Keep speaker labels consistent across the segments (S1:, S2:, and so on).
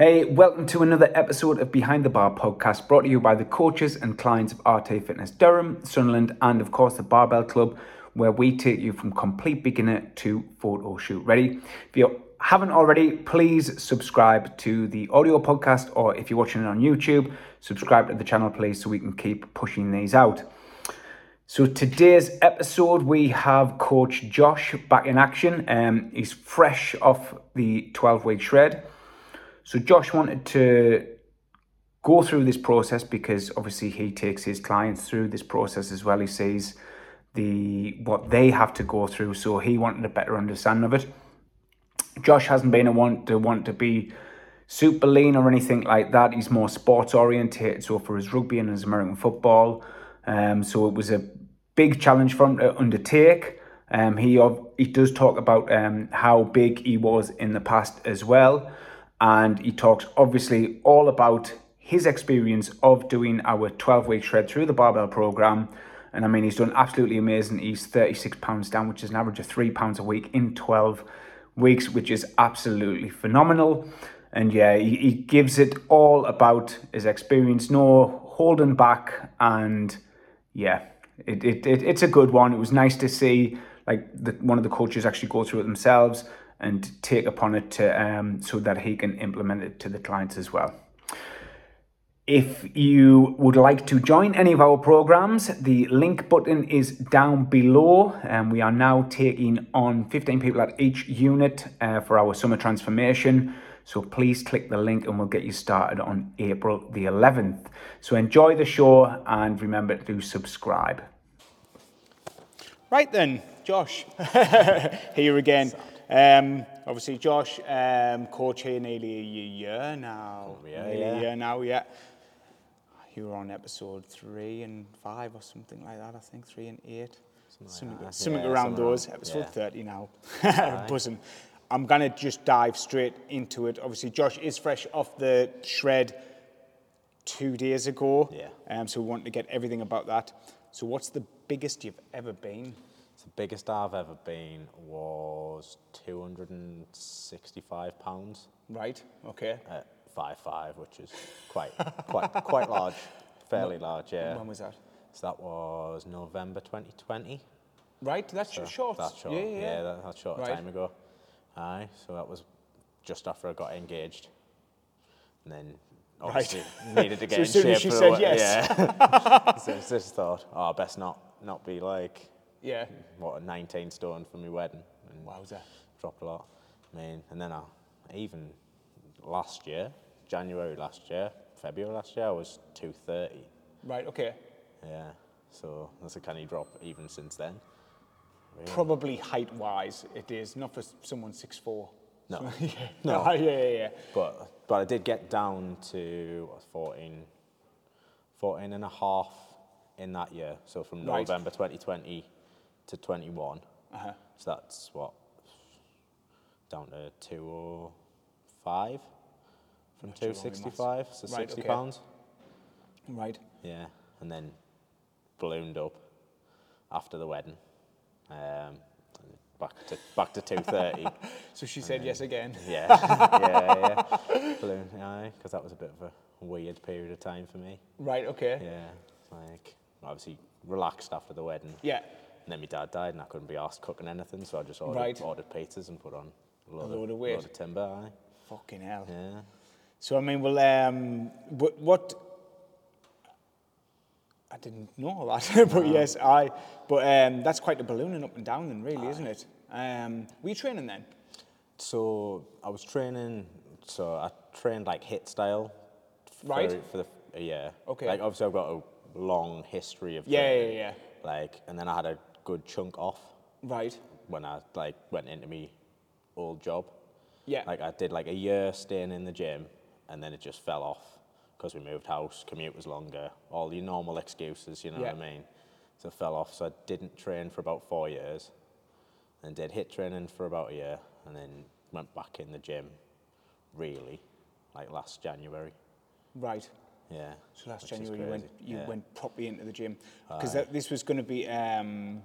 S1: Hey, welcome to another episode of Behind the Bar podcast brought to you by the coaches and clients of Arte Fitness Durham, Sunderland, and of course the Barbell Club, where we take you from complete beginner to photo shoot ready. If you haven't already, please subscribe to the audio podcast, or if you're watching it on YouTube, subscribe to the channel, please, so we can keep pushing these out. So today's episode, we have Coach Josh back in action. Um, he's fresh off the 12 week shred. So Josh wanted to go through this process because obviously he takes his clients through this process as well. He sees the what they have to go through, so he wanted a better understanding of it. Josh hasn't been a want to want to be super lean or anything like that. He's more sports orientated, so for his rugby and his American football. Um, so it was a big challenge for him to undertake. Um, he ob- he does talk about um, how big he was in the past as well, and he talks obviously all about his experience of doing our twelve week shred through the barbell program. And I mean, he's done absolutely amazing. He's thirty six pounds down, which is an average of three pounds a week in twelve weeks, which is absolutely phenomenal. And yeah, he, he gives it all about his experience, no holding back. And yeah, it, it, it it's a good one. It was nice to see like the, one of the coaches actually go through it themselves and take upon it to, um, so that he can implement it to the clients as well. If you would like to join any of our programs, the link button is down below. And we are now taking on 15 people at each unit uh, for our summer transformation. So please click the link and we'll get you started on April the 11th. So enjoy the show and remember to subscribe.
S2: Right then, Josh, here again. Um, obviously, Josh, um, coach here nearly a year now.
S3: Oh,
S2: nearly a year now, yeah. You were on episode three and five or something like that, I think, three and eight. Something,
S3: that,
S2: something
S3: yeah,
S2: around
S3: something
S2: those.
S3: around-
S2: Episode
S3: yeah.
S2: 30 now. Buzzing. I'm going to just dive straight into it. Obviously, Josh is fresh off the shred two days ago.
S3: Yeah.
S2: Um, so we want to get everything about that. So, what's the biggest you've ever been?
S3: The biggest I've ever been was 265 pounds
S2: Right. Okay.
S3: at 5'5", which is quite, quite, quite large, fairly large, yeah.
S2: When was that?
S3: So that was November 2020.
S2: Right. That's
S3: So
S2: sh- short.
S3: That's short.
S2: Yeah. Yeah. yeah.
S3: that, that's short a
S2: Right.
S3: time ago. Aye, so that was just after I got engaged, and then obviously needed to get
S2: So
S3: in
S2: as soon
S3: shape.
S2: as she
S3: for
S2: said
S3: what-
S2: yes.
S3: yeah. so I just thought, oh, best not, not be like
S2: yeah.
S3: what a 19 stone for my wedding. And
S2: Wowza.
S3: Dropped a lot. I mean, and then I even last year, January last year, February last year, I was 230.
S2: Right. Okay.
S3: Yeah. So that's a canny drop even since then.
S2: Probably height wise, it is not for s- someone six four.
S3: No.
S2: yeah.
S3: No.
S2: Yeah. Yeah. Yeah.
S3: But but I did get down to 14, 14 and a half in that year. So from
S2: Right.
S3: November 2020 to 21.
S2: Uh-huh.
S3: So that's what down to 205 from
S2: too wrong in maths.
S3: 265, so
S2: Right,
S3: 60
S2: okay.
S3: pounds.
S2: Right.
S3: Yeah, and then ballooned up after the wedding. Um, back to back to 230.
S2: So she said yes again.
S3: Yeah, yeah, yeah. Balloon, aye, because that was a bit of a weird period of time for me.
S2: Right. Okay. Yeah.
S3: Yeah, like obviously relaxed after the wedding. And then my dad died, and I couldn't be asked cooking anything, so I just ordered,
S2: Right.
S3: ordered pizzas and put on a load,
S2: load of
S3: of
S2: weight.
S3: load of timber. Aye.
S2: Fucking hell.
S3: Yeah.
S2: So I mean, well, um, what, what? I didn't know that, but yes, I. But um, that's quite a ballooning up and down, then, really, isn't it? Um, were you training then?
S3: So I was training. So I trained like hit style.
S2: Right.
S3: For, for the yeah.
S2: Okay.
S3: Like obviously I've got a long history of
S2: Yeah, yeah,
S3: training.
S2: yeah.
S3: Like and then I had a good chunk off
S2: Right.
S3: when I like went into me old job.
S2: Yeah.
S3: Like I did like a year staying in the gym and then it just fell off because we moved house, commute was longer, all your normal excuses, you know what
S2: Yeah.
S3: I mean? So it fell off. So I didn't train for about four years and did hit training for about a year and then went back in the gym really like last January.
S2: Right.
S3: Yeah.
S2: So last
S3: which is
S2: January you went
S3: crazy.
S2: you
S3: Yeah.
S2: went properly into the gym because this was going to be um,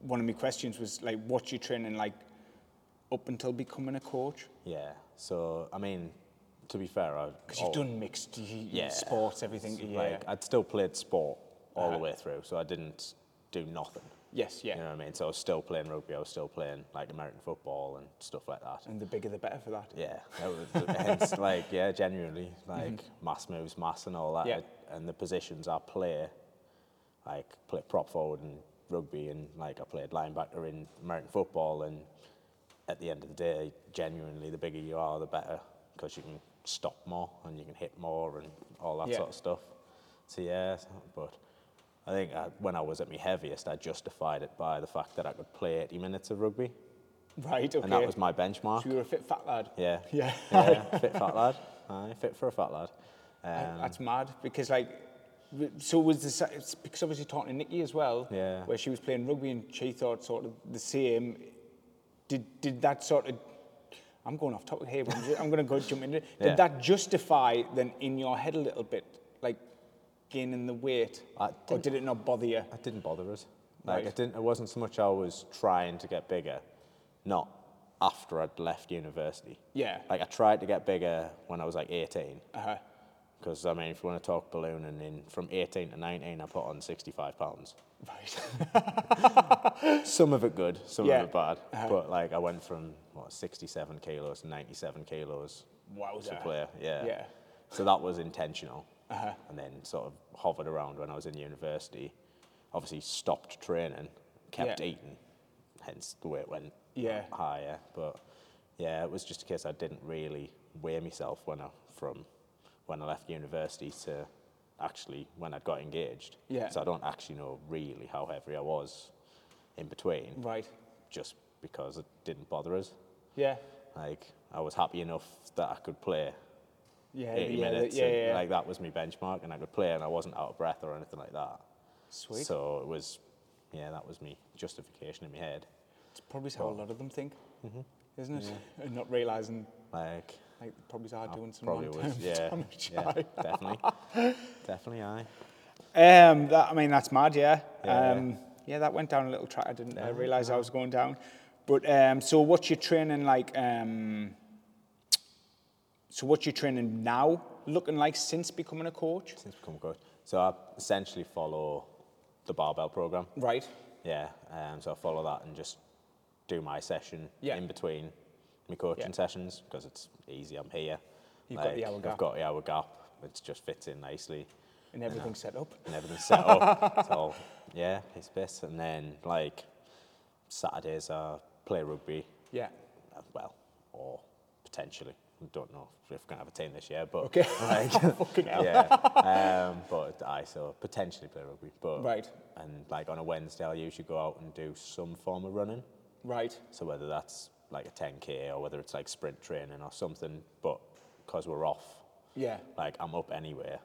S2: one of my questions was like what's your training like up until becoming a coach?
S3: Yeah. So, I mean, to be fair, I.
S2: Because you've done mixed y- y-
S3: Oh. Yeah.
S2: sports, everything. yeah.
S3: Like, I'd still played sport all the
S2: Uh-huh.
S3: way through, so I didn't do nothing.
S2: yes, yeah.
S3: You know what I mean? So I was still playing rugby, I was still playing like American football and stuff like that.
S2: And the bigger the better for that.
S3: Yeah, that was, hence, like, yeah, genuinely, like, mass moves, mass and all that.
S2: Mm-hmm.
S3: uh,
S2: Yeah.
S3: And the positions I play, like, play prop forward in rugby, and like, I played linebacker in American football. And at the end of the day, genuinely, the bigger you are, the better, because you can stop more and you can hit more and all that
S2: Yeah.
S3: sort of stuff. So, yeah, so- but I think I, when I was at my heaviest, I justified it by the fact that I could play 80 minutes of rugby,
S2: Right, okay.
S3: and that was my benchmark.
S2: So you were a fit fat lad.
S3: Yeah.
S2: Yeah.
S3: yeah. Fit fat lad. Aye, fit for a fat lad. Um,
S2: That's mad because like, w- so was this it's because obviously talking to Nikki as well.
S3: Yeah.
S2: Where she was playing rugby and she thought sort of the same. Did did that sort of? I'm going off topic here. But I'm, just, I'm going to go jump into. it. Did
S3: Yeah.
S2: that justify then in your head a little bit, like gaining the weight,
S3: I
S2: or
S3: didn't-
S2: did it not bother you?
S3: that didn't bother us. Like
S2: Right.
S3: it didn't. It wasn't so much I was trying to get bigger, not after I'd left university.
S2: Yeah.
S3: Like I tried to get bigger when I was like 18,
S2: Uh-huh.
S3: because I mean, if you want to talk ballooning, in from 18 to 19, I put on 65 pounds.
S2: Right.
S3: Some of it good, some
S2: Yeah. Uh-huh.
S3: of it bad. But like I went from what 67 kilos to 97 kilos to
S2: Wowza.
S3: play. Yeah.
S2: Yeah. Uh-huh.
S3: So that was intentional. And then sort of hovered around when I was in university. Obviously stopped training, kept
S2: Yeah.
S3: eating, hence the weight went
S2: Yeah.
S3: higher. But yeah, it was just a case I didn't really weigh myself when I from when I left university to actually when I got engaged.
S2: Yeah.
S3: So I don't actually know really how heavy I was in between.
S2: Right.
S3: Just because it didn't bother us.
S2: Yeah.
S3: Like I was happy enough that I could play
S2: Yeah.
S3: 80
S2: yeah,
S3: minutes.
S2: Yeah.
S3: and,
S2: yeah.
S3: Like that was my benchmark, and I could play, and I wasn't out of breath or anything like that.
S2: Sweet.
S3: So it was, yeah, that was me justification in my head.
S2: It's probably how a lot of them think,
S3: Mm-hmm.
S2: isn't it? And not realising
S3: Like
S2: like probably are doing some
S3: probably
S2: long-term
S3: was, yeah,
S2: damage.
S3: yeah, definitely, definitely, aye.
S2: Um, that, I mean, that's mad, yeah.
S3: Yeah.
S2: Um, yeah, that went down a little track. I didn't uh, realise I was going down. But um, so what's your training like? Um, so what's your training now looking like since becoming a coach?
S3: Since become a coach, so I essentially follow the barbell program.
S2: Right.
S3: Yeah, um, so I follow that and just do my session
S2: Yeah.
S3: in between my coaching
S2: Yeah.
S3: sessions because it's easy. I'm here.
S2: You've got the hour gap.
S3: I've got the hour gap. It just fits in nicely.
S2: And everything's set up.
S3: and everything's set up. It's all, yeah, it's best. And then like Saturdays, I play rugby.
S2: Yeah.
S3: uh, Well, or potentially, I don't know if we're gonna have a team this year, but
S2: Okay.
S3: like,
S2: Fucking hell.
S3: yeah. Um, but I so potentially play rugby, but
S2: Right.
S3: And like on a Wednesday, I'll usually go out and do some form of running.
S2: Right.
S3: So whether that's like a 10k or whether it's like sprint training or something, but because we're off,
S2: Yeah.
S3: like I'm up anywhere,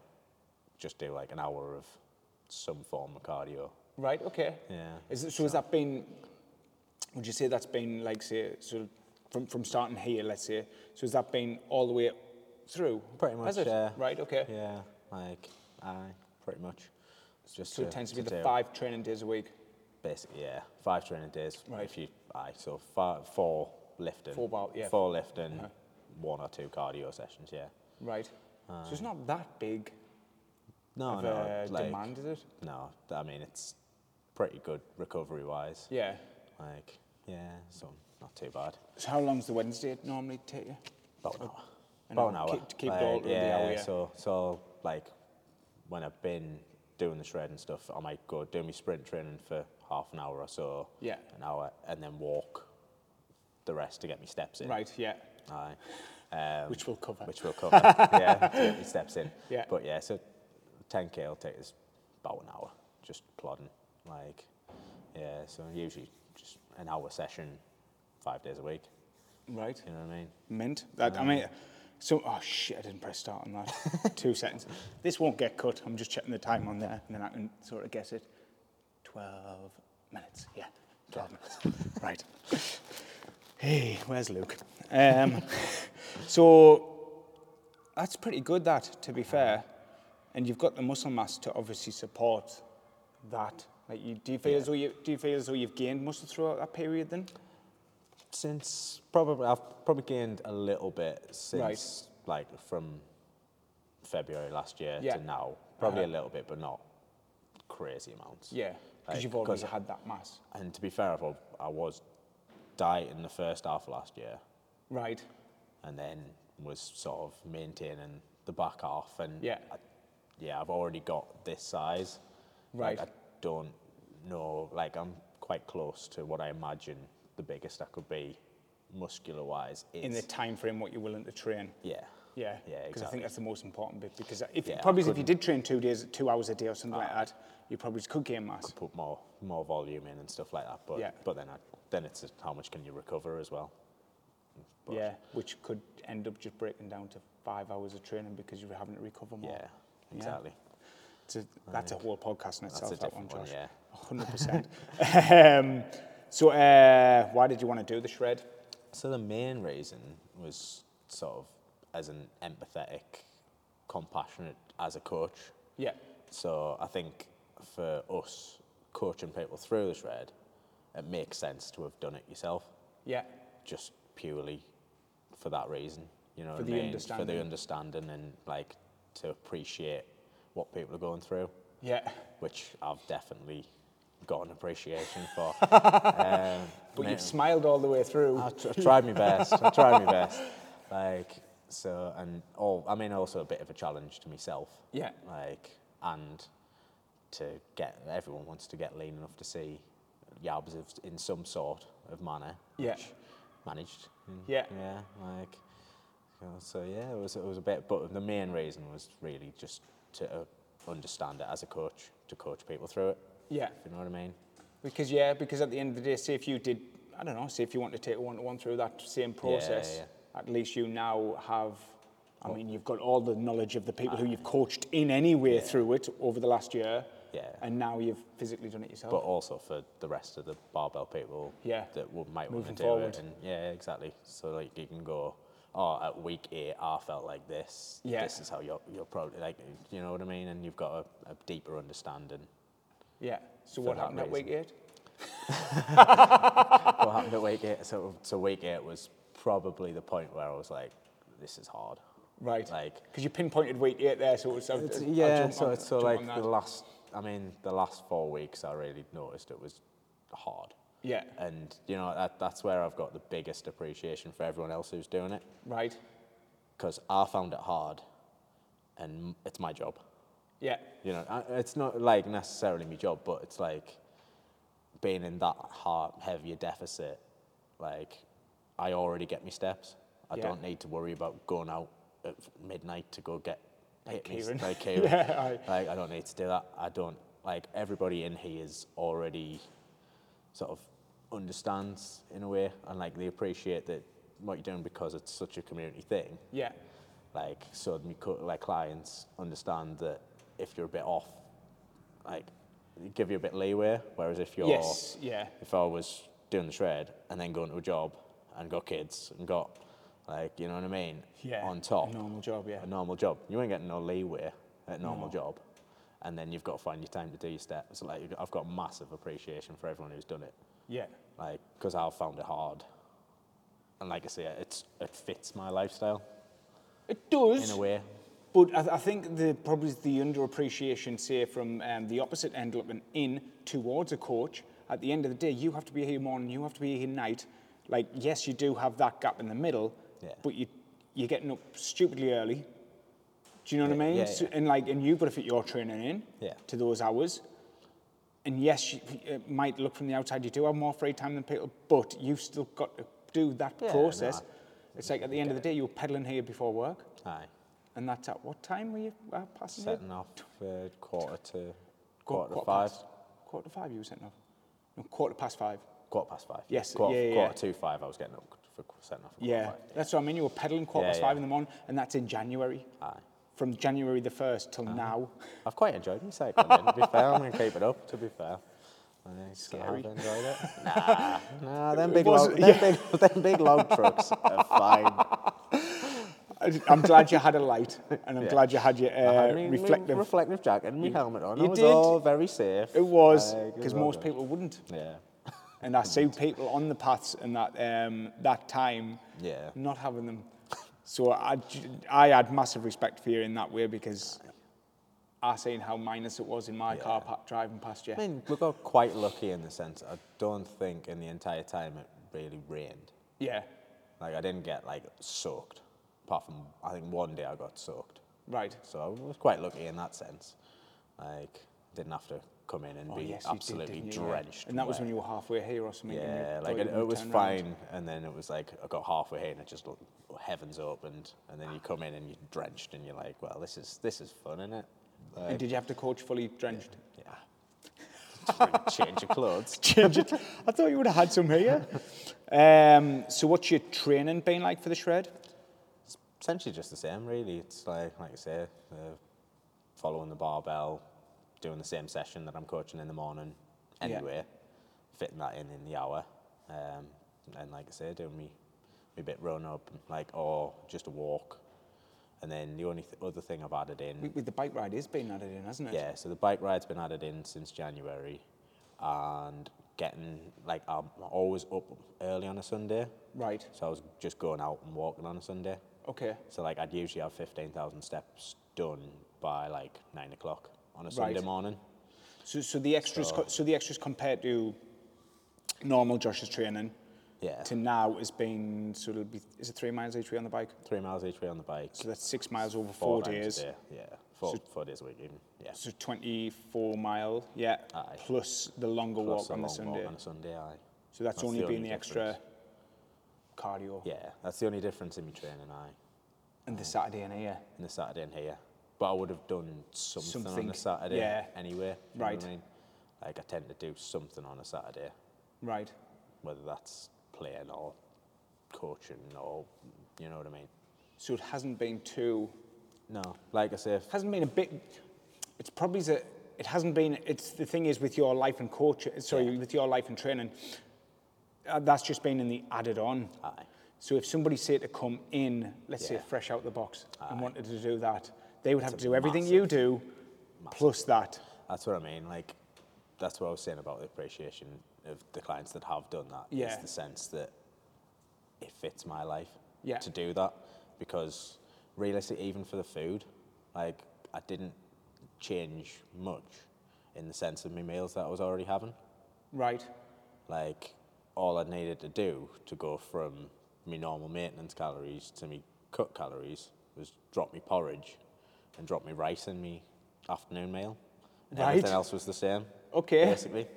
S3: just do like an hour of some form of cardio.
S2: Right. Okay.
S3: Yeah.
S2: Is it, so has that been? Would you say that's been like say sort of from from starting here, let's say? So has that been all the way through?
S3: Pretty
S2: Has
S3: much,
S2: it?
S3: yeah.
S2: Right. Okay.
S3: Yeah, like I pretty much. It's Just
S2: So it tends to be the
S3: do
S2: five training days a week.
S3: Basically, yeah, five training days.
S2: Right.
S3: If you, aye, so five, four lifting.
S2: Four bar- yeah. Uh-huh.
S3: Four lifting, one or two cardio sessions. Yeah.
S2: Right. so it's not that big
S3: No,
S2: of
S3: no,
S2: a
S3: like,
S2: demand, is it?
S3: No, I mean it's pretty good recovery wise.
S2: Yeah.
S3: Like, yeah, so not too bad.
S2: So how long's the Wednesday normally take you?
S3: About an hour.
S2: An
S3: About an
S2: hour.
S3: hour.
S2: Oh, Keep- keep it all under the hour, yeah.
S3: So, so like when I've been doing the shred and stuff, I might go do my sprint training for half an hour or so.
S2: Yeah.
S3: An hour, and then walk the rest to get my steps in.
S2: Right. Yeah.
S3: Aye. Um,
S2: Which we'll cover.
S3: Which we'll cover. yeah. To get my steps in.
S2: Yeah.
S3: But yeah, so 10k will take us about an hour, just plodding. Like, yeah. So usually just an hour session, five days a week.
S2: Right.
S3: You know what I mean?
S2: Mint. That, I mean, so oh shit, I didn't press start on that. Two seconds. This won't get cut. I'm just checking the time on there, and then I can sort of guess it. Twelve minutes. Yeah, twelve minutes. Right. Hey, where's Luke? Um, so that's pretty good. That, to be fair, and you've got the muscle mass to obviously support that. Like, you, do you feel as though you do you feel as though you've gained muscle throughout that period? Then
S3: since probably I've probably gained a little bit
S2: Right.
S3: since like from February last year
S2: Yeah. Uh-huh.
S3: to now. Probably a little bit, but not crazy amounts.
S2: Yeah, because
S3: Like,
S2: you've already
S3: 'cause-
S2: had that mass.
S3: And to be fair, I've, al- I was diet in the first half of last year,
S2: Right.
S3: and then was sort of maintaining the back half. And
S2: Yeah.
S3: I, yeah, I've already got this size. Like,
S2: Right.
S3: I don't know. Like I'm quite close to what I imagine the biggest I could be, muscular wise. Is
S2: In the time frame what you're willing to train.
S3: yeah.
S2: Yeah.
S3: Yeah.
S2: Because I
S3: Exactly.
S2: think that's the most important bit. Because if
S3: Yeah, I
S2: probably if you
S3: couldn't- Ah.
S2: did train two days, two hours a day or something like that, you probably just could gain mass.
S3: put more more volume in and stuff like that. But
S2: Yeah.
S3: but then I, then it's just how much can you recover as well. But-
S2: Yeah. Which could end up just breaking down to five hours of training because you're having to recover more.
S3: Yeah. Exactly.
S2: It's a, that's a whole podcast in itself.
S3: a
S2: that one,
S3: different
S2: Josh.
S3: one, yeah.
S2: Hundred percent. So, uh, why did you want to do the shred?
S3: So the main reason was sort of as an empathetic, compassionate as a coach.
S2: Yeah.
S3: So I think for us coaching people through the shred, it makes sense to have done it yourself,
S2: Yeah.
S3: just purely for that reason. You know, what I
S2: the
S3: mean? for
S2: understanding.
S3: the understanding and like to appreciate what people are going through.
S2: Yeah.
S3: which I've definitely got an appreciation for. Um,
S2: But you've smiled all the way through.
S3: I, tr- I tried my best. I tried my best. Like so, and all. I mean, also a bit of a challenge to myself.
S2: Yeah.
S3: Like and to get everyone wants to get lean enough to see yabs of, in some sort of manner.
S2: Yeah.
S3: Which managed.
S2: Yeah.
S3: Yeah. Like. you know, So yeah, it was it was a bit, but the main reason was really just to uh, understand it as a coach, to coach people through it.
S2: Yeah.
S3: If you know what I mean.
S2: Because yeah, because at the end of the day, say if you did, I don't know, say if you want to take one to one through that same process, at least you now have. I mean, you've got all the knowledge of the people
S3: Ah.
S2: who you've coached in any way through it over the last year,
S3: Yeah.
S2: and now you've physically done it yourself.
S3: but also for the rest of the barbell people
S2: Yeah.
S3: that will, might want to
S2: Moving
S3: do
S2: forward.
S3: it. And yeah, exactly. So like you can go, oh, at week eight, I felt like this.
S2: Yeah.
S3: This is how you're, you're probably like, you know what I mean? And you've got a, a deeper understanding.
S2: yeah. So what
S3: that
S2: happened at week
S3: reason.
S2: eight?
S3: what happened at week eight? So, so week eight was probably the point where I was like, this is hard.
S2: Right.
S3: Like,
S2: Because you pinpointed week eight there, so it's,
S3: It's,
S2: I'll, I'll
S3: yeah,
S2: jump
S3: so
S2: on-
S3: it's so
S2: jump
S3: like
S2: on
S3: the
S2: that.
S3: last. I mean, the last four weeks, I really noticed it was hard.
S2: Yeah.
S3: And you know that that's where I've got the biggest appreciation for everyone else who's doing it,
S2: right.
S3: because I found it hard, and it's my job.
S2: Yeah.
S3: You know, I- it's not like necessarily my job, but it's like being in that hard, heavier deficit. Like, I already get my steps. I
S2: Yeah.
S3: don't need to worry about going out at midnight to go get
S2: Like
S3: hit me-
S2: Kieran.
S3: Like Kieran.
S2: Yeah,
S3: Like, I don't need to do that. I don't like everybody in here is already sort of understands in a way, and like they appreciate that what you're doing because it's such a community thing
S2: Yeah.
S3: like so my co- like clients understand that if you're a bit off like they give you a bit leeway whereas if you're
S2: Yes. Yeah.
S3: if I was doing the shred and then going to a job and got kids and got like you know what I mean
S2: Yeah.
S3: on top
S2: A normal job. Yeah.
S3: a normal job you ain't getting no leeway at a normal job and then you've got to find your time to do your steps so like you've got- I've got massive appreciation for everyone who's done it
S2: Yeah.
S3: like because I found it hard and like I say it's it fits my lifestyle
S2: It does.
S3: in a way
S2: But I, I think the probably the underappreciation, say, from um, the opposite end looking in towards a coach, at the end of the day, you have to be here morning, you have to be here night. Like, yes, you do have that gap in the middle,
S3: Yeah.
S2: but you, you're getting up stupidly early. Do you know what I
S3: Yeah,
S2: mean?
S3: yeah,
S2: So,
S3: yeah.
S2: and like, and you've got to fit your training in
S3: Yeah.
S2: to those hours. And yes, you, it might look from the outside you do have more free time than people, but you've still got to do that
S3: Yeah, no,
S2: process.
S3: I-
S2: It's like at the end of the day, you're peddling here before work.
S3: aye
S2: And that's at what time were you uh, passing it?
S3: setting off uh, quarter to
S2: Qu-
S3: quarter, to five,
S2: Past, quarter to five you were setting off? No, quarter past five.
S3: quarter past five.
S2: Yes,
S3: quarter,
S2: yeah, yeah,
S3: quarter
S2: yeah.
S3: to five. I was getting up for qu- setting off. at
S2: Yeah,
S3: quarter to
S2: that's what I mean. You were peddling quarter
S3: Yeah,
S2: past five
S3: yeah.
S2: in the morning, and that's in January.
S3: Aye. Uh-huh.
S2: From January the 1st till now.
S3: five. I've quite enjoyed my cycling. then, to be fair, I'm gonna keep it up. To be fair. I still have
S2: Scary.
S3: enjoyed it. Nah, nah, them big,
S2: was-
S3: log, them, big, them big log trucks are fine.
S2: I- I'm glad you had a light, and I'm
S3: Yeah. Uh-huh.
S2: glad you had your
S3: I
S2: uh,
S3: had me- me
S2: reflective.
S3: reflective jacket and my helmet on.
S2: you
S3: I was
S2: did.
S3: all very safe.
S2: it was,
S3: Like, it
S2: because
S3: all
S2: most
S3: good.
S2: people wouldn't.
S3: Yeah.
S2: and I see people on the paths in that um, that time
S3: Yeah.
S2: not having them. So I, j- I had massive respect for you in that way because I seen how minus it was in my car
S3: Yeah.
S2: pa- driving past you.
S3: I mean, we got quite lucky in the sense I don't think in the entire time it really rained.
S2: Yeah,
S3: Like I didn't get like soaked, apart from I think one day I got soaked.
S2: right.
S3: So I was quite lucky in that sense. Like didn't have to come in and be
S2: Oh, yes, you did,
S3: Oh, absolutely
S2: didn't you? Yeah.
S3: drenched.
S2: And that was
S3: wet.
S2: when you were halfway here or something. and you
S3: Yeah,
S2: thought
S3: like
S2: you
S3: it,
S2: were gonna
S3: it was
S2: turn round.
S3: fine, and then it was like I got halfway here, and it just looked, heavens opened, and then you come in and you're drenched, and you're like, well, this is this is fun, isn't it?
S2: And did you have to coach fully drenched?
S3: Yeah. Just really change your clothes.
S2: Change it. I thought you would have had some here. Um, so what's your training been like for the shred?
S3: Essentially, just the same, really. It's like like I say, uh, following the barbell, doing the same session that I'm coaching in the morning
S2: Yeah.
S3: anyway, fitting that in in the hour, um, and like I say, doing me me bit run up, like or just a walk. And then the only th- other thing I've added in
S2: With the bike ride is being added in, hasn't it?
S3: Yeah, so the bike ride's been added in since January, and getting like I'm always up early on a Sunday,
S2: Right.
S3: so I was just going out and walking on a Sunday.
S2: Okay.
S3: So like I'd usually have fifteen thousand steps done by like nine o'clock on a Sunday
S2: Right.
S3: morning.
S2: So, so the extras. So, so the extras compared to normal Josh's training
S3: Yeah,
S2: to now has been so it'll be is it three miles each way on the bike?
S3: three miles each way on the bike.
S2: So that's six miles over four,
S3: times a
S2: days.
S3: day, Yeah, four, four days a week even. Yeah,
S2: So 24 mile, yeah,
S3: Aye.
S2: plus the longer
S3: Plus
S2: walk
S3: a
S2: on the
S3: long
S2: Sunday.
S3: walk on a Sunday. Aye.
S2: So that's,
S3: That's
S2: only
S3: the
S2: been
S3: only
S2: the extra
S3: difference.
S2: cardio
S3: Yeah, that's the only difference in my training. Aye.
S2: and the Saturday in here.
S3: on the Saturday in here. But I would have done something, on
S2: Something,
S3: the Saturday
S2: yeah.
S3: anyway. you know what
S2: Right.
S3: I mean? Like I tend to do something on a Saturday,
S2: Right.
S3: whether that's playing or coaching or you know what I mean.
S2: So it hasn't been too
S3: No, like I say, f-
S2: hasn't been a bit. It's probably the. It hasn't been. It's the thing is with your life and coach. Sorry, with your life and training. Uh, that's just been in the added on.
S3: Aye.
S2: So if somebody said to come in, let's
S3: Yeah.
S2: say fresh out the box, and wanted to do that, they would have to
S3: a
S2: do everything
S3: massive-
S2: you do, plus that.
S3: that's what I mean. Like that's what I was saying about the appreciation of the clients that have done that. is
S2: Yeah.
S3: the sense that it fits my life
S2: Yeah.
S3: to do that because realistically, even for the food, like I didn't change much in the sense of my meals that I was already having.
S2: Right.
S3: Like all I needed to do to go from my normal maintenance calories to me cut calories was drop me porridge and drop me rice in me afternoon meal. And
S2: Right.
S3: Everything else was the same.
S2: Okay.
S3: Basically.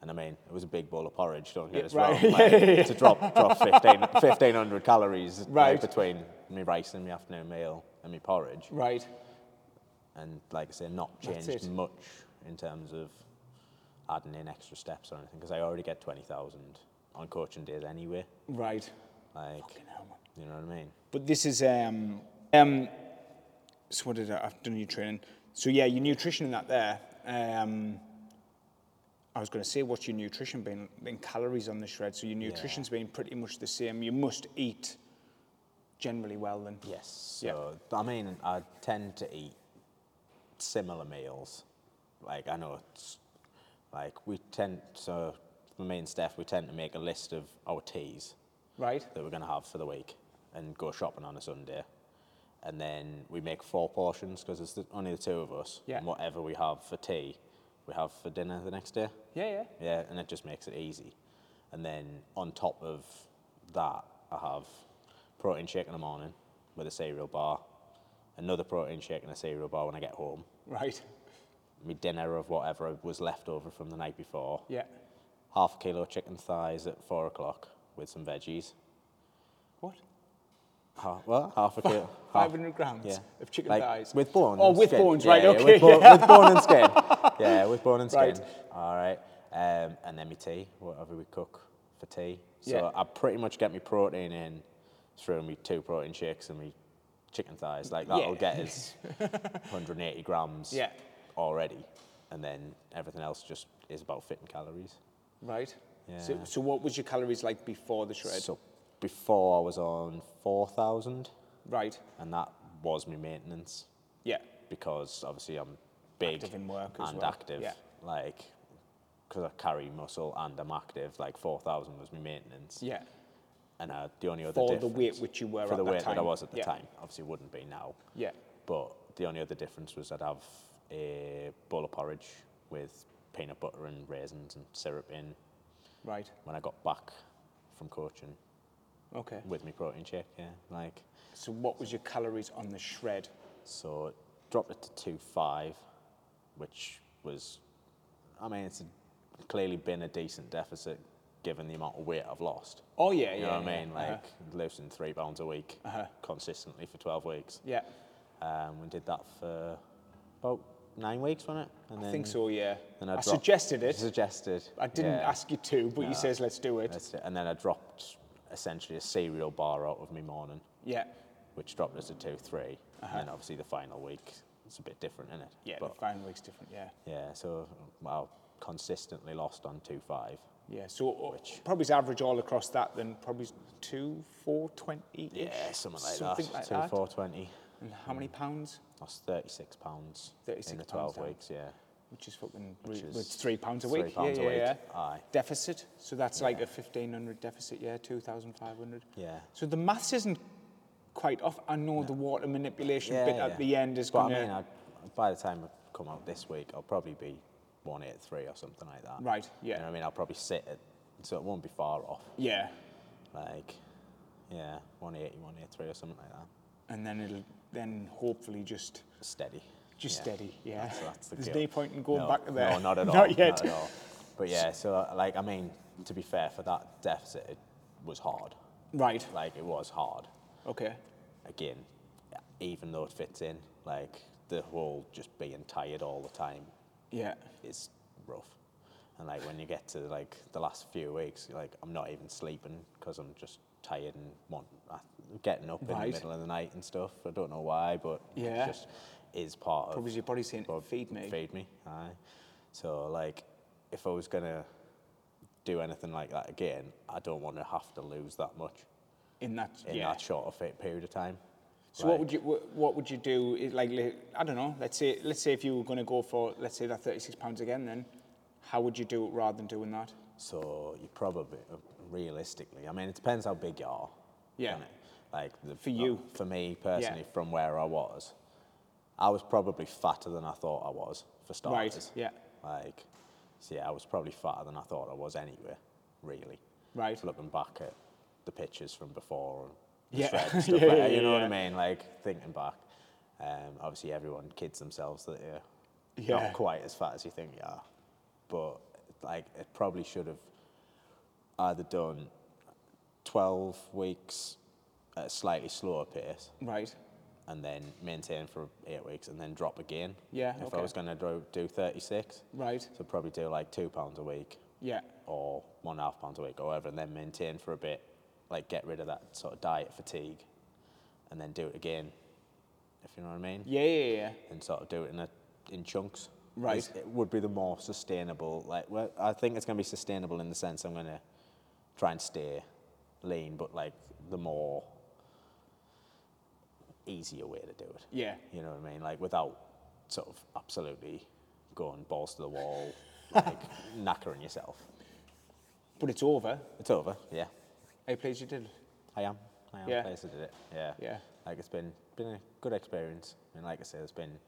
S3: And I mean, it was a big bowl of porridge, don't get us
S2: right.
S3: wrong. Like, to drop, drop 15, 1,500 calories like,
S2: Right.
S3: between me rice and my afternoon meal and me porridge.
S2: Right.
S3: And like I say, not
S2: That's
S3: changed
S2: it.
S3: much in terms of adding in extra steps or anything, because I already get 20,000 on coaching days anyway.
S2: Right.
S3: Like,
S2: hell, man.
S3: you know what I mean?
S2: But this is um um. So what did I, I've done your training? So yeah, your nutrition in that there. Um, I was going to say, what's your nutrition been? Then calories on the shred. So your nutrition's been pretty much the same. You must eat generally well then.
S3: Yes.
S2: Yeah.
S3: So I mean, I tend to eat similar meals. Like I know it's like we tend so for me and Steph, we tend to make a list of our teas
S2: Right.
S3: that we're going to have for the week and go shopping on a Sunday. And then we make four portions because it's the, only the two of us.
S2: Yeah.
S3: And whatever we have for tea, we have for dinner the next day.
S2: Yeah, yeah.
S3: Yeah, and it just makes it easy. And then on top of that, I have protein shake in the morning with a cereal bar, another protein shake and a cereal bar when I get home,
S2: Right.
S3: my dinner of whatever was left over from the night before,
S2: Yeah.
S3: half a kilo chicken thighs at four o'clock with some veggies.
S2: What?
S3: Half, well, half a kilo. half-
S2: 500 grams
S3: yeah.
S2: of chicken
S3: like,
S2: thighs.
S3: With bone.
S2: Oh,
S3: and
S2: with
S3: skin.
S2: bones,
S3: Yeah,
S2: right,
S3: yeah,
S2: okay.
S3: With, bone, with bone and skin. Yeah, with bone and skin.
S2: Right.
S3: All right. Um, and then my tea, whatever we cook for tea. So
S2: Yeah.
S3: I pretty much get my protein in through my two protein shakes and my chicken thighs. Like that'll
S2: Yeah.
S3: get us 180 grams
S2: Yeah.
S3: already. And then everything else just is about fitting calories.
S2: Right. So,
S3: Yeah.
S2: so what was your calories like before the shred?
S3: So before I was on 4,000
S2: right.
S3: and that was my maintenance.
S2: Yeah.
S3: because obviously I'm big
S2: Active in work as
S3: and
S2: well,
S3: active.
S2: yeah.
S3: Like because I carry muscle and I'm active, like 4,000 was my maintenance.
S2: Yeah.
S3: And uh, the only other
S2: For the
S3: difference,
S2: weight which you were
S3: for
S2: at
S3: the
S2: that
S3: weight that I
S2: time.
S3: was at the
S2: Yeah.
S3: time, obviously wouldn't be now.
S2: Yeah.
S3: But the only other difference was I'd have a bowl of porridge with peanut butter and raisins and syrup in
S2: Right.
S3: when I got back from coaching
S2: Okay.
S3: with my protein shake. Yeah, like
S2: So what was your calories on the shred?
S3: so, dropped it to two five, which was, I mean, it's clearly been a decent deficit given the amount of weight I've lost.
S2: Oh yeah,
S3: You
S2: yeah.
S3: know what I mean?
S2: yeah, uh-huh.
S3: Like losing three pounds a week consistently for 12 weeks.
S2: yeah.
S3: Um, we did that for about nine weeks, wasn't it? And
S2: I think so. Yeah.
S3: then
S2: I,
S3: dropped-
S2: suggested it.
S3: Suggested.
S2: I didn't
S3: yeah.
S2: ask you to, but you
S3: No.
S2: says let's do it.
S3: That's it. And then I dropped essentially a cereal bar out of me morning,
S2: Yeah.
S3: which dropped us to two three. And then obviously the final week, it's a bit different, isn't it?
S2: Uh-huh. Yeah.
S3: But,
S2: the final week's different. Yeah.
S3: yeah. So well, consistently lost on two five.
S2: Yeah. So uh, probably his average all across that then probably is two four twenty.
S3: Yeah, something like
S2: Something
S3: that.
S2: like
S3: two
S2: that.
S3: four twenty.
S2: And how many pounds?
S3: Lost thirty six pounds in
S2: 36
S3: the
S2: pounds
S3: twelve
S2: down.
S3: weeks. Yeah.
S2: Which is fucking
S3: Which
S2: re-
S3: is
S2: it's three pounds a
S3: three
S2: week.
S3: pounds a
S2: yeah, yeah,
S3: week,
S2: yeah.
S3: aye.
S2: Deficit. So that's like a fifteen hundred deficit. Yeah, two thousand five hundred.
S3: Yeah.
S2: So the maths isn't quite off. I know the water manipulation bit at the end is
S3: But
S2: going
S3: I mean,
S2: to
S3: I, by the time I come out this week, I'll probably be 183 or something like that.
S2: Right,
S3: You
S2: yeah.
S3: know what I mean? I'll probably sit at, so it won't be far off.
S2: yeah,
S3: Like, yeah, 180, 183 or something like that.
S2: and then it'll then hopefully just
S3: Steady.
S2: just
S3: Yeah.
S2: steady. Yeah,
S3: That's, that's the
S2: there's
S3: goal.
S2: no point in going
S3: No,
S2: back there.
S3: No, not at all.
S2: Not yet.
S3: Not at all. But yeah, so like, I mean, to be fair, for that deficit, it was hard.
S2: Right.
S3: Like, it was hard.
S2: Okay.
S3: again, even though it fits in, like the whole just being tired all the time
S2: Yeah.
S3: is rough. And like when you get to like the last few weeks, you're like I'm not even sleeping because I'm just tired and want I- getting up in
S2: Right.
S3: the middle of the night and stuff. I don't know why, but
S2: Yeah.
S3: it just is part
S2: Probably
S3: of
S2: your body's saying,
S3: but
S2: "Feed me."
S3: Feed me, aye. So like, if I was gonna do anything like that again, I don't want to have to lose that much
S2: In that.
S3: in
S2: yeah.
S3: that short of it period of time.
S2: So what would you wh- what would you do? i- Like li- I don't know. Let's say let's say if you were going to go for let's say that thirty six pounds again, then how would you do it rather than doing that?
S3: So you probably, uh, realistically, I mean, it depends how big you are.
S2: Yeah.
S3: doesn't it? Like the, uh,
S2: For you.
S3: for me personally, from where I was, I was probably fatter than I thought I was for
S2: Right,
S3: starters.
S2: yeah.
S3: Like, so yeah, I was probably fatter than I thought I was anyway. Really.
S2: Right.
S3: Looking back at the pictures from before, and the
S2: Yeah.
S3: shred and stuff
S2: Yeah,
S3: like
S2: yeah,
S3: that, you know what
S2: yeah.
S3: I mean? Like thinking back, um, obviously everyone kids themselves that they're
S2: Yeah.
S3: not quite as fat as you think you are, but like it probably should have either done 12 weeks at a slightly slower pace
S2: Right.
S3: and then maintain for eight weeks and then drop again.
S2: Yeah,
S3: If
S2: okay.
S3: I was going to do, do 36,
S2: Right.
S3: so probably do like two pounds a week
S2: Yeah.
S3: or one and a half pounds a week or whatever, and then maintain for a bit, like get rid of that sort of diet fatigue and then do it again, if you know what I mean?
S2: Yeah. Yeah. Yeah.
S3: and sort of do it in a, in chunks.
S2: Right.
S3: It's- It would be the more sustainable. Like, well, I think it's going to be sustainable in the sense I'm going to try and stay lean, but like the more easier way to do it.
S2: Yeah.
S3: You know what I mean? Like without sort of absolutely going balls to the wall, like knackering yourself.
S2: But it's over.
S3: It's over. Yeah,
S2: Hey, please, you did.
S3: I am. I am
S2: Yeah.
S3: pleased I did it. Yeah.
S2: Yeah.
S3: Like it's been been a good experience, and like I say, there's been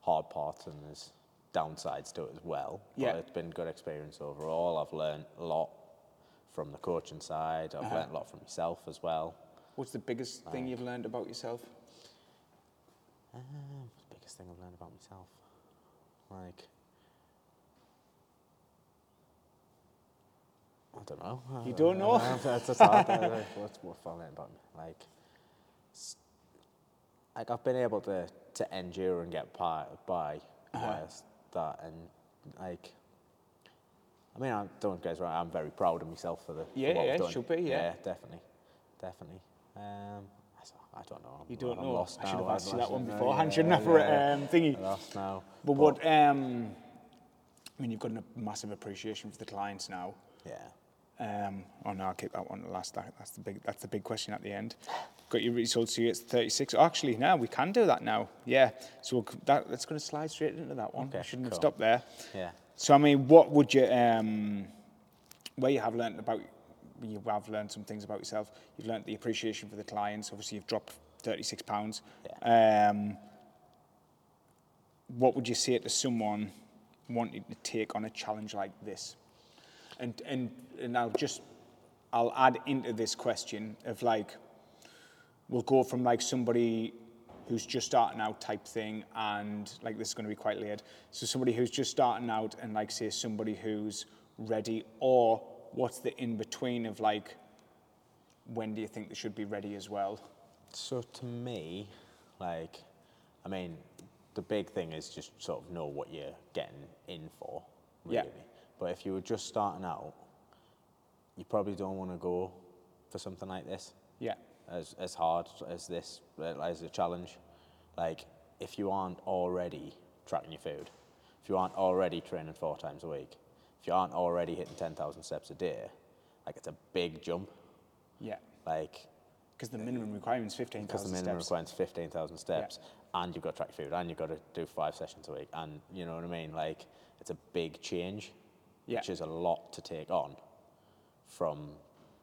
S3: hard parts and there's downsides to it as well.
S2: Yeah.
S3: But it's been a good experience overall. I've learned a lot from the coaching side. I've learned a lot from myself as well.
S2: What's the biggest thing you've learned about yourself?
S3: Um, what's the biggest thing I've learned about myself, like. I don't know.
S2: You
S3: I-
S2: don't
S3: I
S2: know?
S3: That's that's hard. I don't know What's what I learned about me? Like, s- like I've been able to to endure and get by by
S2: Uh-huh.
S3: whilst that and like. I mean, I don't get us wrong. I'm very proud of myself for the for
S2: Yeah,
S3: what I've
S2: yeah,
S3: done.
S2: should be, yeah.
S3: definitely, definitely. Um, I s- I don't know. I'm-
S2: You don't
S3: I'm
S2: know.
S3: Lost
S2: I should
S3: now.
S2: have
S3: I'm
S2: asked you that
S3: lost
S2: one
S3: now,
S2: beforehand,
S3: yeah,
S2: shouldn't I, for, um, thingy.
S3: I'm Lost now.
S2: But what? Um, I mean, you've got a massive appreciation for the clients now.
S3: Yeah.
S2: Um, oh no, I'll keep that one last. That, that's the big. That's the big question at the end. Got your results here. It's 36. Oh, actually, no, we can do that now. Yeah. So we'll, c- that, that's going to slide straight into that one.
S3: Okay,
S2: I shouldn't have
S3: cool.
S2: stopped there.
S3: Yeah.
S2: So I mean, what would you, um, where you have learnt about, you have learnt some things about yourself. You've learnt the appreciation for the clients. Obviously, you've dropped thirty six pounds. Um, what would you say to someone wanting to take on a challenge like this? And and and I'll just, I'll add into this question of like, we'll go from like somebody who's just starting out type thing and like this is going to be quite layered so somebody who's just starting out and like say somebody who's ready or what's the in between of like when do you think they should be ready as well
S3: So to me, like, I mean, the big thing is just sort of know what you're getting in for, really.
S2: Yeah.
S3: But if you were just starting out, you probably don't want to go for something like this,
S2: yeah
S3: as as hard as this uh, as a challenge. Like, if you aren't already tracking your food, if you aren't already training four times a week, if you aren't already hitting ten thousand steps a day, like it's a big jump.
S2: yeah
S3: Like,
S2: because the minimum requirement is
S3: because the
S2: 15,000
S3: minimum
S2: steps
S3: requirement is 15,000 steps and you've got to track your food and you've got to do five sessions a week and you know what I mean like it's a big change
S2: Yeah.
S3: which is a lot to take on from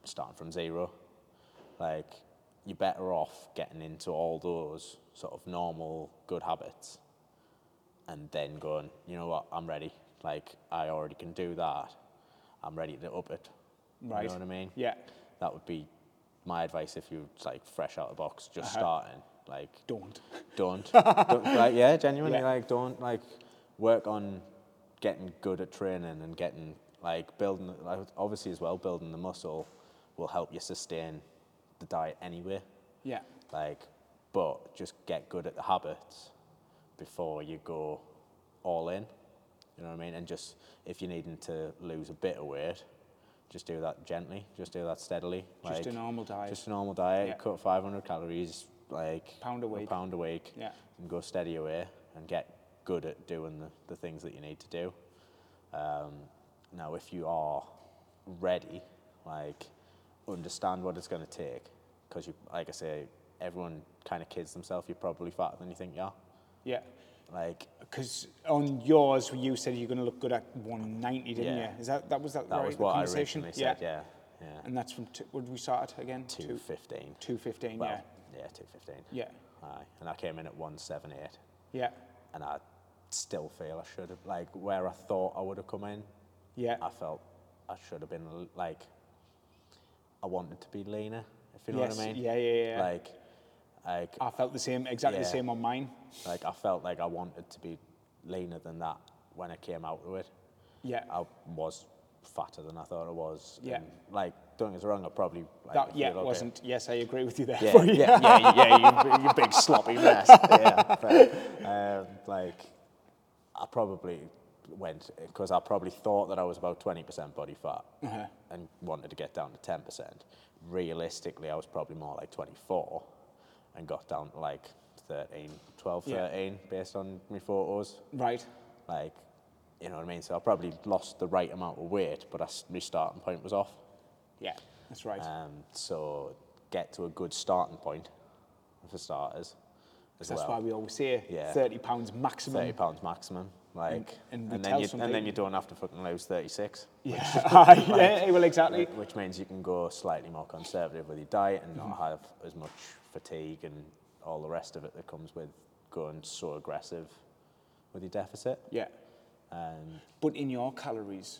S3: starting from zero like you're better off getting into all those sort of normal good habits and then going you know what I'm ready like I already can do that I'm ready to up it
S2: Right.
S3: you know what I mean
S2: yeah
S3: that would be my advice if you're like fresh out of the box, just starting. Like,
S2: don't
S3: don't, don't like, yeah, genuinely,
S2: Yeah.
S3: like, don't like work on getting good at training and getting like building. Like, obviously, as well, building the muscle will help you sustain the diet anyway.
S2: yeah
S3: Like, but just get good at the habits before you go all in. You know what I mean? And just if you're needing to lose a bit of weight, just do that gently. Just do that steadily.
S2: just a
S3: like-
S2: normal diet
S3: just a normal diet.
S2: Yeah.
S3: Cut 500 calories, like
S2: Pound a week.
S3: pound a week,
S2: Yeah.
S3: and go steady away and get good at doing the, the things that you need to do. Um, now, if you are ready, like understand what it's going to take, because you, like I say, everyone kind of kids themselves. You're probably fatter than you think you are.
S2: yeah
S3: Like
S2: because on yours you said you're going to look good at 190 didn't
S3: Yeah.
S2: you is that that was that,
S3: that
S2: right
S3: was
S2: the
S3: what I
S2: conversation
S3: originally said. Yeah, yeah.
S2: and that's from two, what did we start at again
S3: two fifteen.
S2: 215
S3: Well, yeah, two fifteen.
S2: yeah
S3: Aye, and I came in at one seven eight.
S2: yeah
S3: and I still feel I should have like where I thought I would have come in.
S2: yeah yeah
S3: I felt I should have been l- like I wanted to be leaner, if you know
S2: Yes,
S3: what I mean.
S2: yeah, yeah, yeah.
S3: Like, like,
S2: I felt the same, exactly the
S3: Yeah.
S2: same on mine.
S3: like I felt like I wanted to be leaner than that when I came out of it.
S2: Yeah.
S3: I was fatter than I thought I was.
S2: Yeah.
S3: and, like, don't get us wrong, I probably like,
S2: that,
S3: if you
S2: yeah,
S3: look at-
S2: wasn't. Yes, I agree with you there.
S3: Yeah,
S2: But yeah.
S3: yeah, yeah, yeah, you, you big sloppy mess. yeah, but, um, like, I probably went because I probably thought that I was about 20% body fat
S2: Uh-huh.
S3: and wanted to get down to 10%. Realistically, I was probably more like 24 and got down to like 13, 12,
S2: Yeah.
S3: 13 based on my photos.
S2: Right.
S3: Like, you know what I mean? So I probably lost the right amount of weight, but I s- my starting point was off.
S2: Yeah, that's right.
S3: Um, so get to a good starting point for starters. As
S2: that's
S3: well.
S2: why we always say
S3: Yeah.
S2: thirty pounds maximum.
S3: thirty pounds maximum. Like,
S2: and
S3: and,
S2: we tell
S3: then you,
S2: some
S3: and then
S2: people-
S3: you don't have to fucking lose thirty six.
S2: Yeah. yeah, well, exactly.
S3: Which means you can go slightly more conservative with your diet and not have as much fatigue and all the rest of it that comes with going so aggressive with your deficit. Um,
S2: Yeah,
S3: And
S2: but in your calories,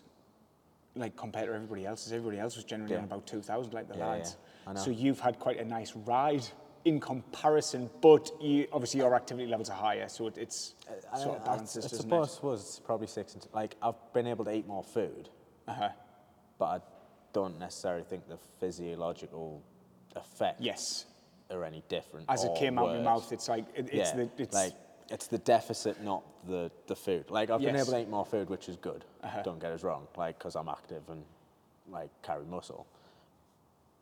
S2: like compared to everybody else's, everybody else was generally on
S3: Yeah.
S2: about two thousand, like the
S3: Yeah, yeah,
S2: lads.
S3: I know.
S2: So you've had quite a nice ride in comparison, but you obviously your activity levels are higher, so it, it's sort of
S3: Uh, I, I,
S2: balances, doesn't
S3: suppose was probably six. And like I've been able to eat more food.
S2: it? Uh-huh.
S3: but I don't necessarily think the physiological effects
S2: Yes.
S3: are any different.
S2: As
S3: or
S2: it came out of my
S3: worse.
S2: mouth, it's like it, it's
S3: yeah,
S2: the it's
S3: like it's the deficit, not the the food. Like I've been
S2: Yes. Uh-huh.
S3: able to eat more food, which is good. Don't get us wrong, like because I'm active and like carry muscle,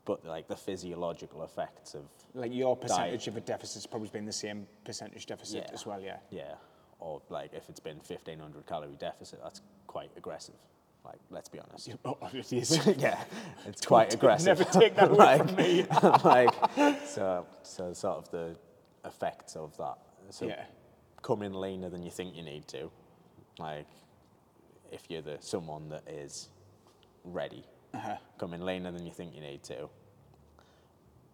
S3: but like the physiological effects of
S2: Like your percentage of a deficit's probably been the same percentage deficit
S3: Yeah.
S2: as well, yeah.
S3: yeah, or like if it's been 1500 calorie deficit, that's quite aggressive. Like let's be honest.
S2: Oh, it is.
S3: yeah, it's quite
S2: take-
S3: aggressive.
S2: never take that away from me.
S3: like, so, so sort of the effects of that. So
S2: Yeah.
S3: come in leaner than you think you need to. Like, if you're the someone that is ready,
S2: Uh-huh.
S3: come in later than you think you need to,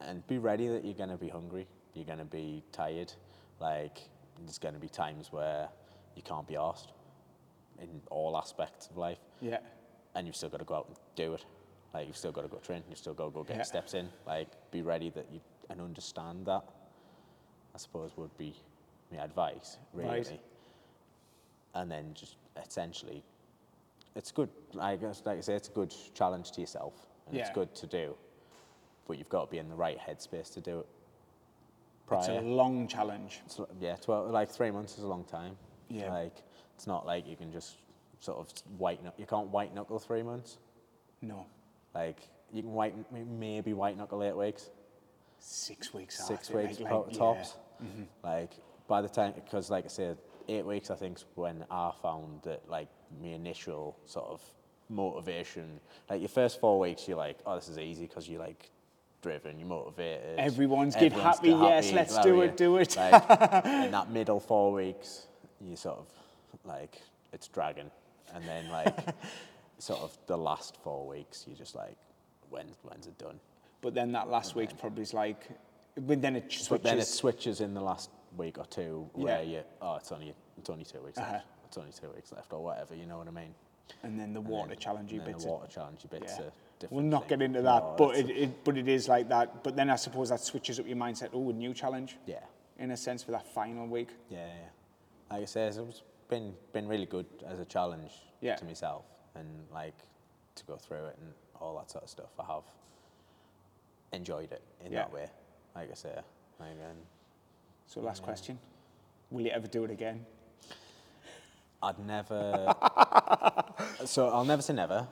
S3: and be ready that you're going to be hungry, you're going to be tired. Like there's going to be times where you can't be asked in all aspects of life,
S2: Yeah.
S3: and you've still got to go out and do it. Like you've still got to go train, you've still got to go get
S2: Yeah.
S3: your steps in. Like be ready that you and understand that. I suppose would be my advice really.
S2: Right.
S3: And then just essentially, it's good. I guess, like I say, it's a good challenge to yourself, and it's
S2: Yeah.
S3: good to do. But you've got to be in the right headspace to do it.
S2: It's a
S3: Prior,
S2: long challenge.
S3: it's l- yeah, twelve like three months is a long time.
S2: Yeah.
S3: like it's not like you can just sort of white. knuck- You can't white knuckle three months.
S2: No.
S3: Like you can white m- maybe white knuckle eight weeks,
S2: Six weeks out.
S3: six
S2: I think,
S3: weeks
S2: like,
S3: po-
S2: yeah. Mm-hmm.
S3: tops. Like by the time, because like I said, eight weeks I think's when I found that like my initial sort of motivation. Like your first four weeks, you're like, oh, this is easy because you're like driven, you're motivated.
S2: Everyone's get happy,
S3: get
S2: yes, let's do
S3: are
S2: it,
S3: you.
S2: do it.
S3: Like in that middle four weeks, you sort of like it's dragging, and then like sort of the last four weeks, you're just like, when when's it done?
S2: But then that last week's probably is like, but then it switches.
S3: But then it switches in the last week or two where
S2: Yeah. Uh-huh.
S3: you oh it's only it's only two weeks left. It's only two weeks left or whatever, you know what I mean?
S2: and then the water challenge you
S3: and then
S2: bits.
S3: the
S2: are-
S3: water challenge you bits
S2: yeah.
S3: are different.
S2: We'll not
S3: thing.
S2: get into
S3: No,
S2: that, but
S3: that's-
S2: it, it, but it is like that. But then I suppose that switches up your mindset. Oh, a new challenge.
S3: Yeah.
S2: In a sense, for that final week.
S3: Yeah, yeah. Like I say, it's it's been been really good as a challenge
S2: Yeah.
S3: to myself and like to go through it and all that sort of stuff. I have enjoyed it in
S2: Yeah.
S3: that way. Like I say, like, and
S2: So
S3: Mm-hmm.
S2: last question: Will you ever do it again?
S3: I'd never. so I'll never say never.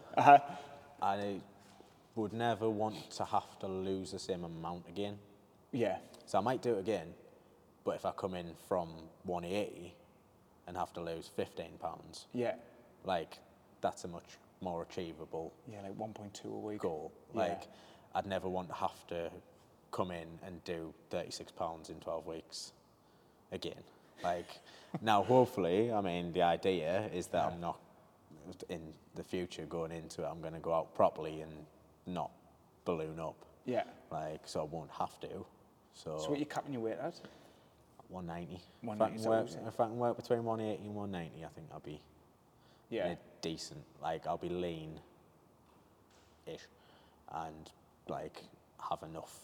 S3: I would never want to have to lose the same amount again.
S2: Yeah.
S3: So I might do it again, but if I come in from 180 and have to lose 15 pounds,
S2: Yeah.
S3: like that's a much more achievable
S2: Yeah, like 1.2 a week.
S3: goal.
S2: Yeah.
S3: Like I'd never want to have to come in and do 36 pounds in 12 weeks again. Like now, hopefully, I mean the idea is that I'm not in the future going into it. I'm going to go out properly and not balloon up.
S2: Yeah.
S3: Like so, I won't have to. So,
S2: So what you capping your weight at?
S3: 190. If I,
S2: 190,
S3: can
S2: is that what
S3: work,
S2: you said?
S3: if I can work between 180 and 190, I think I'll be
S2: Yeah.
S3: they're decent. Like I'll be lean ish and like have enough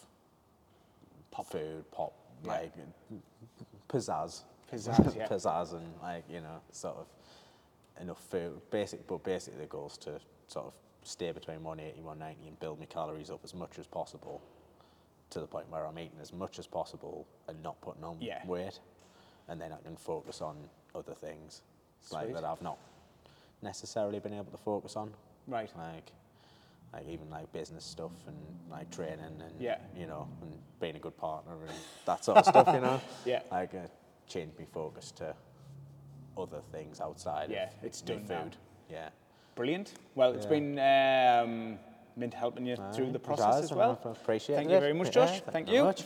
S3: pop food, pop
S2: Yeah.
S3: like pizzazz.
S2: Pizzazz, yeah.
S3: pizzazz and like, you know, sort of enough food. Basic but basically the goal's to sort of stay between 180 and 190 and build my calories up as much as possible to the point where I'm eating as much as possible and not putting on
S2: Yeah.
S3: weight. And then I can focus on other things
S2: Sweet.
S3: like that I've not necessarily been able to focus on.
S2: Right.
S3: Like, like even like business stuff and like training and
S2: Yeah.
S3: you know and being a good partner and that sort of stuff. You know.
S2: Yeah.
S3: Like, uh, change my focus to other things outside.
S2: Yeah,
S3: of
S2: it's
S3: my
S2: done
S3: food.
S2: now.
S3: Yeah.
S2: Brilliant. Well, it's
S3: Yeah.
S2: been um, been helping you through the
S3: Alright,
S2: process
S3: guys,
S2: as
S3: I
S2: well.
S3: appreciate
S2: Thank
S3: it.
S2: you very much, Josh.
S3: Yeah,
S2: thank
S3: very
S2: you.
S3: much.